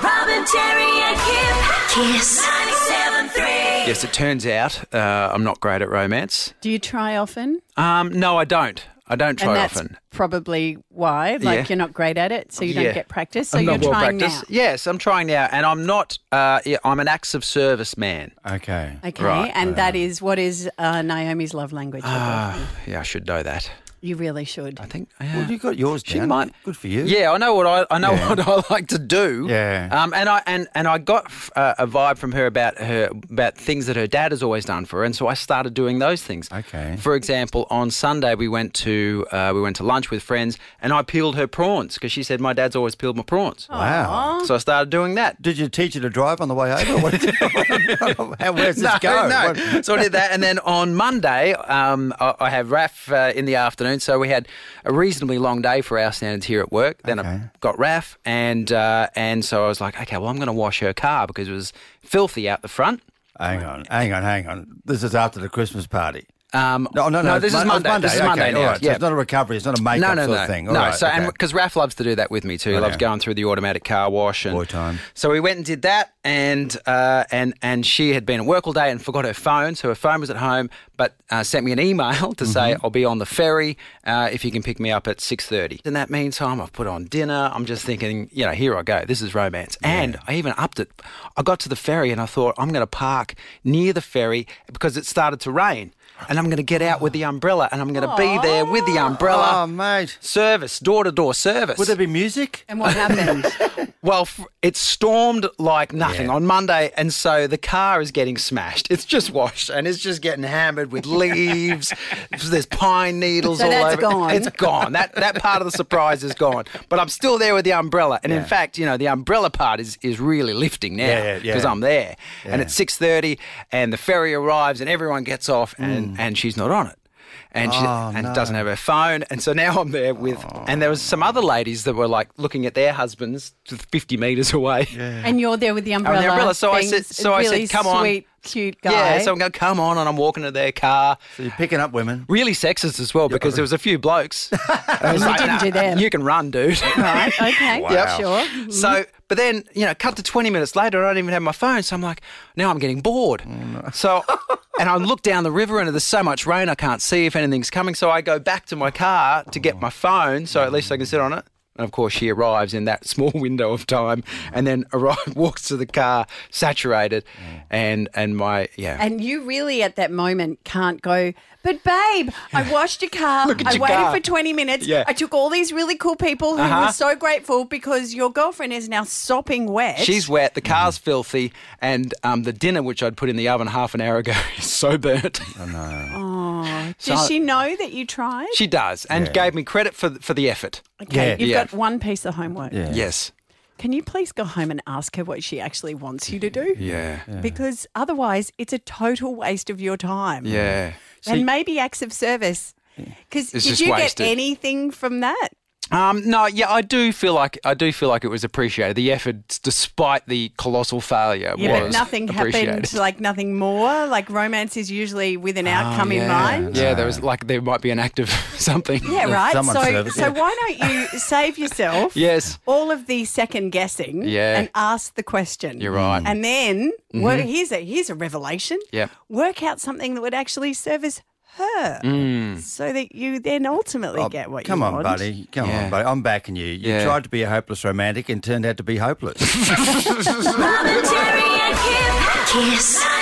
and Jerry and Kim. Kiss. 97.3. Yes, it turns out uh, I'm not great at romance. Do you try often? Um, no, I don't. I don't try and that's often. probably why. Like Yeah. you're not great at it, so you Yeah. don't get practice. So I'm you're not well trying practiced. now. Yes, I'm trying now, and I'm not. Uh, yeah, I'm an acts of service man. Okay. Okay, Right. and that is what is uh, Naomi's love language. for boyfriend? Oh, Yeah, I should know that. you really should. I think. Yeah. Well, you got yours She down. might- Good for you. Yeah, I know what I I know Yeah. what I like to do. Yeah. Um, and I and and I got uh, a vibe from her about her about things that her dad has always done for her, and so I started doing those things. Okay. For example, on Sunday we went to uh, we went to lunch with friends, and I peeled her prawns because she said my dad's always peeled my prawns. Oh, Wow. So I started doing that. Did you teach her to drive on the way over? What- How, where's this no, go? no. What- So I did that, and then on Monday, um, I, I have Raf uh, in the afternoon. So we had a reasonably long day for our standards here at work. Then Okay. I got Raf, and uh, and so I was like, okay, well, I'm going to wash her car because it was filthy out the front. Hang on, hang on, hang on. This is after the Christmas party. Um, No, no, no. it's This is Mon- it's Monday. This is Okay, Monday. all now. right. So Yeah. it's not a recovery. It's not a makeup no, no, sort no. of thing. All no, right, so and okay. because Raf loves to do that with me too. He loves going through the automatic car wash and Boy time. So we went and did that, and uh, and and she had been at work all day and forgot her phone, so her phone was at home, but uh, sent me an email to Mm-hmm. say I'll be on the ferry uh, if you can pick me up at six thirty. In that meantime, I've put on dinner. I'm just thinking, you know, here I go. This is romance, and I even upped it. I got to the ferry and I thought I'm going to park near the ferry because it started to rain. And I'm going to get out with the umbrella, and I'm going to be there with the umbrella. Oh, mate. Service, door to door service. Would there be music? And what happened? well, f- it stormed like nothing on Monday, and so the car is getting smashed. It's just washed and it's just getting hammered with leaves. There's pine needles So all that's over. gone. It's gone. That that part of the surprise is gone. But I'm still there with the umbrella, and in fact, you know, the umbrella part is is really lifting now Yeah, yeah, because yeah. I'm there. And it's six thirty, and the ferry arrives, and everyone gets off, Mm. and and she's not on it. And she Oh, and doesn't have her phone, and so now I'm there with, and there was some other ladies that were like looking at their husbands, fifty meters away. and you're there with the umbrella. the umbrella, so I being said- s- so I said, really "Come on." sweet, cute guy. Yeah, so I'm going, come on, and I'm walking to their car. So you're picking up women. Really sexist as well because there was a few blokes. And I was You didn't do them. You can run, dude. right. Okay. Wow. Sure. Mm-hmm. So, but then you know, cut to twenty minutes later, I don't even have my phone. So I'm like, now I'm getting Oh, bored. So, and I look down the river, and there's so much rain, I can't see if anything's coming. So I go back to my car to Oh. get my phone, so at least I can sit on it. And of course, she arrives in that small window of time, and then arrive, walks to the car, saturated, and and my yeah. Oh. And you really at that moment can't go, but babe, I washed your car. Look at I your waited car." for 20 minutes. Yeah. I took all these really cool people who Uh-huh. were so grateful because your girlfriend is now sopping wet. She's wet, the car's Mm-hmm. filthy, and um, the dinner which I'd put in the oven half an hour ago is so burnt. Um, Does she know that you tried? she does, and gave me credit for for the effort. okay, Yeah. You've Yeah. got one piece of homework. Yeah. Yes. Can you please go home and ask her what she actually wants you to do? Yeah. Because otherwise, it's a total waste of your time. Yeah. and maybe acts of service. Because It's did just you wasted. get anything from that? Um, no, yeah, I do feel like I do feel like it was appreciated. The effort, despite the colossal failure, Yeah, but was nothing appreciated. Oh, happened, like nothing more. Like romance is usually with an outcome yeah. in mind. Yeah, there was like there might be an act of something. Yeah, right. Someone's so service, so yeah. why don't you save yourself Yes. all of the second guessing Yeah. and ask the question. You're right. Mm-hmm. And then well, here's a here's a revelation. Yep. Work out something that would actually service her. Mm. So that you then ultimately get what Oh, Come you on, want. buddy. Come Yeah. on, buddy. I'm backing you. You Yeah. tried to be a hopeless romantic and turned out to be hopeless. Mom and Jerry and Kim. Kiss.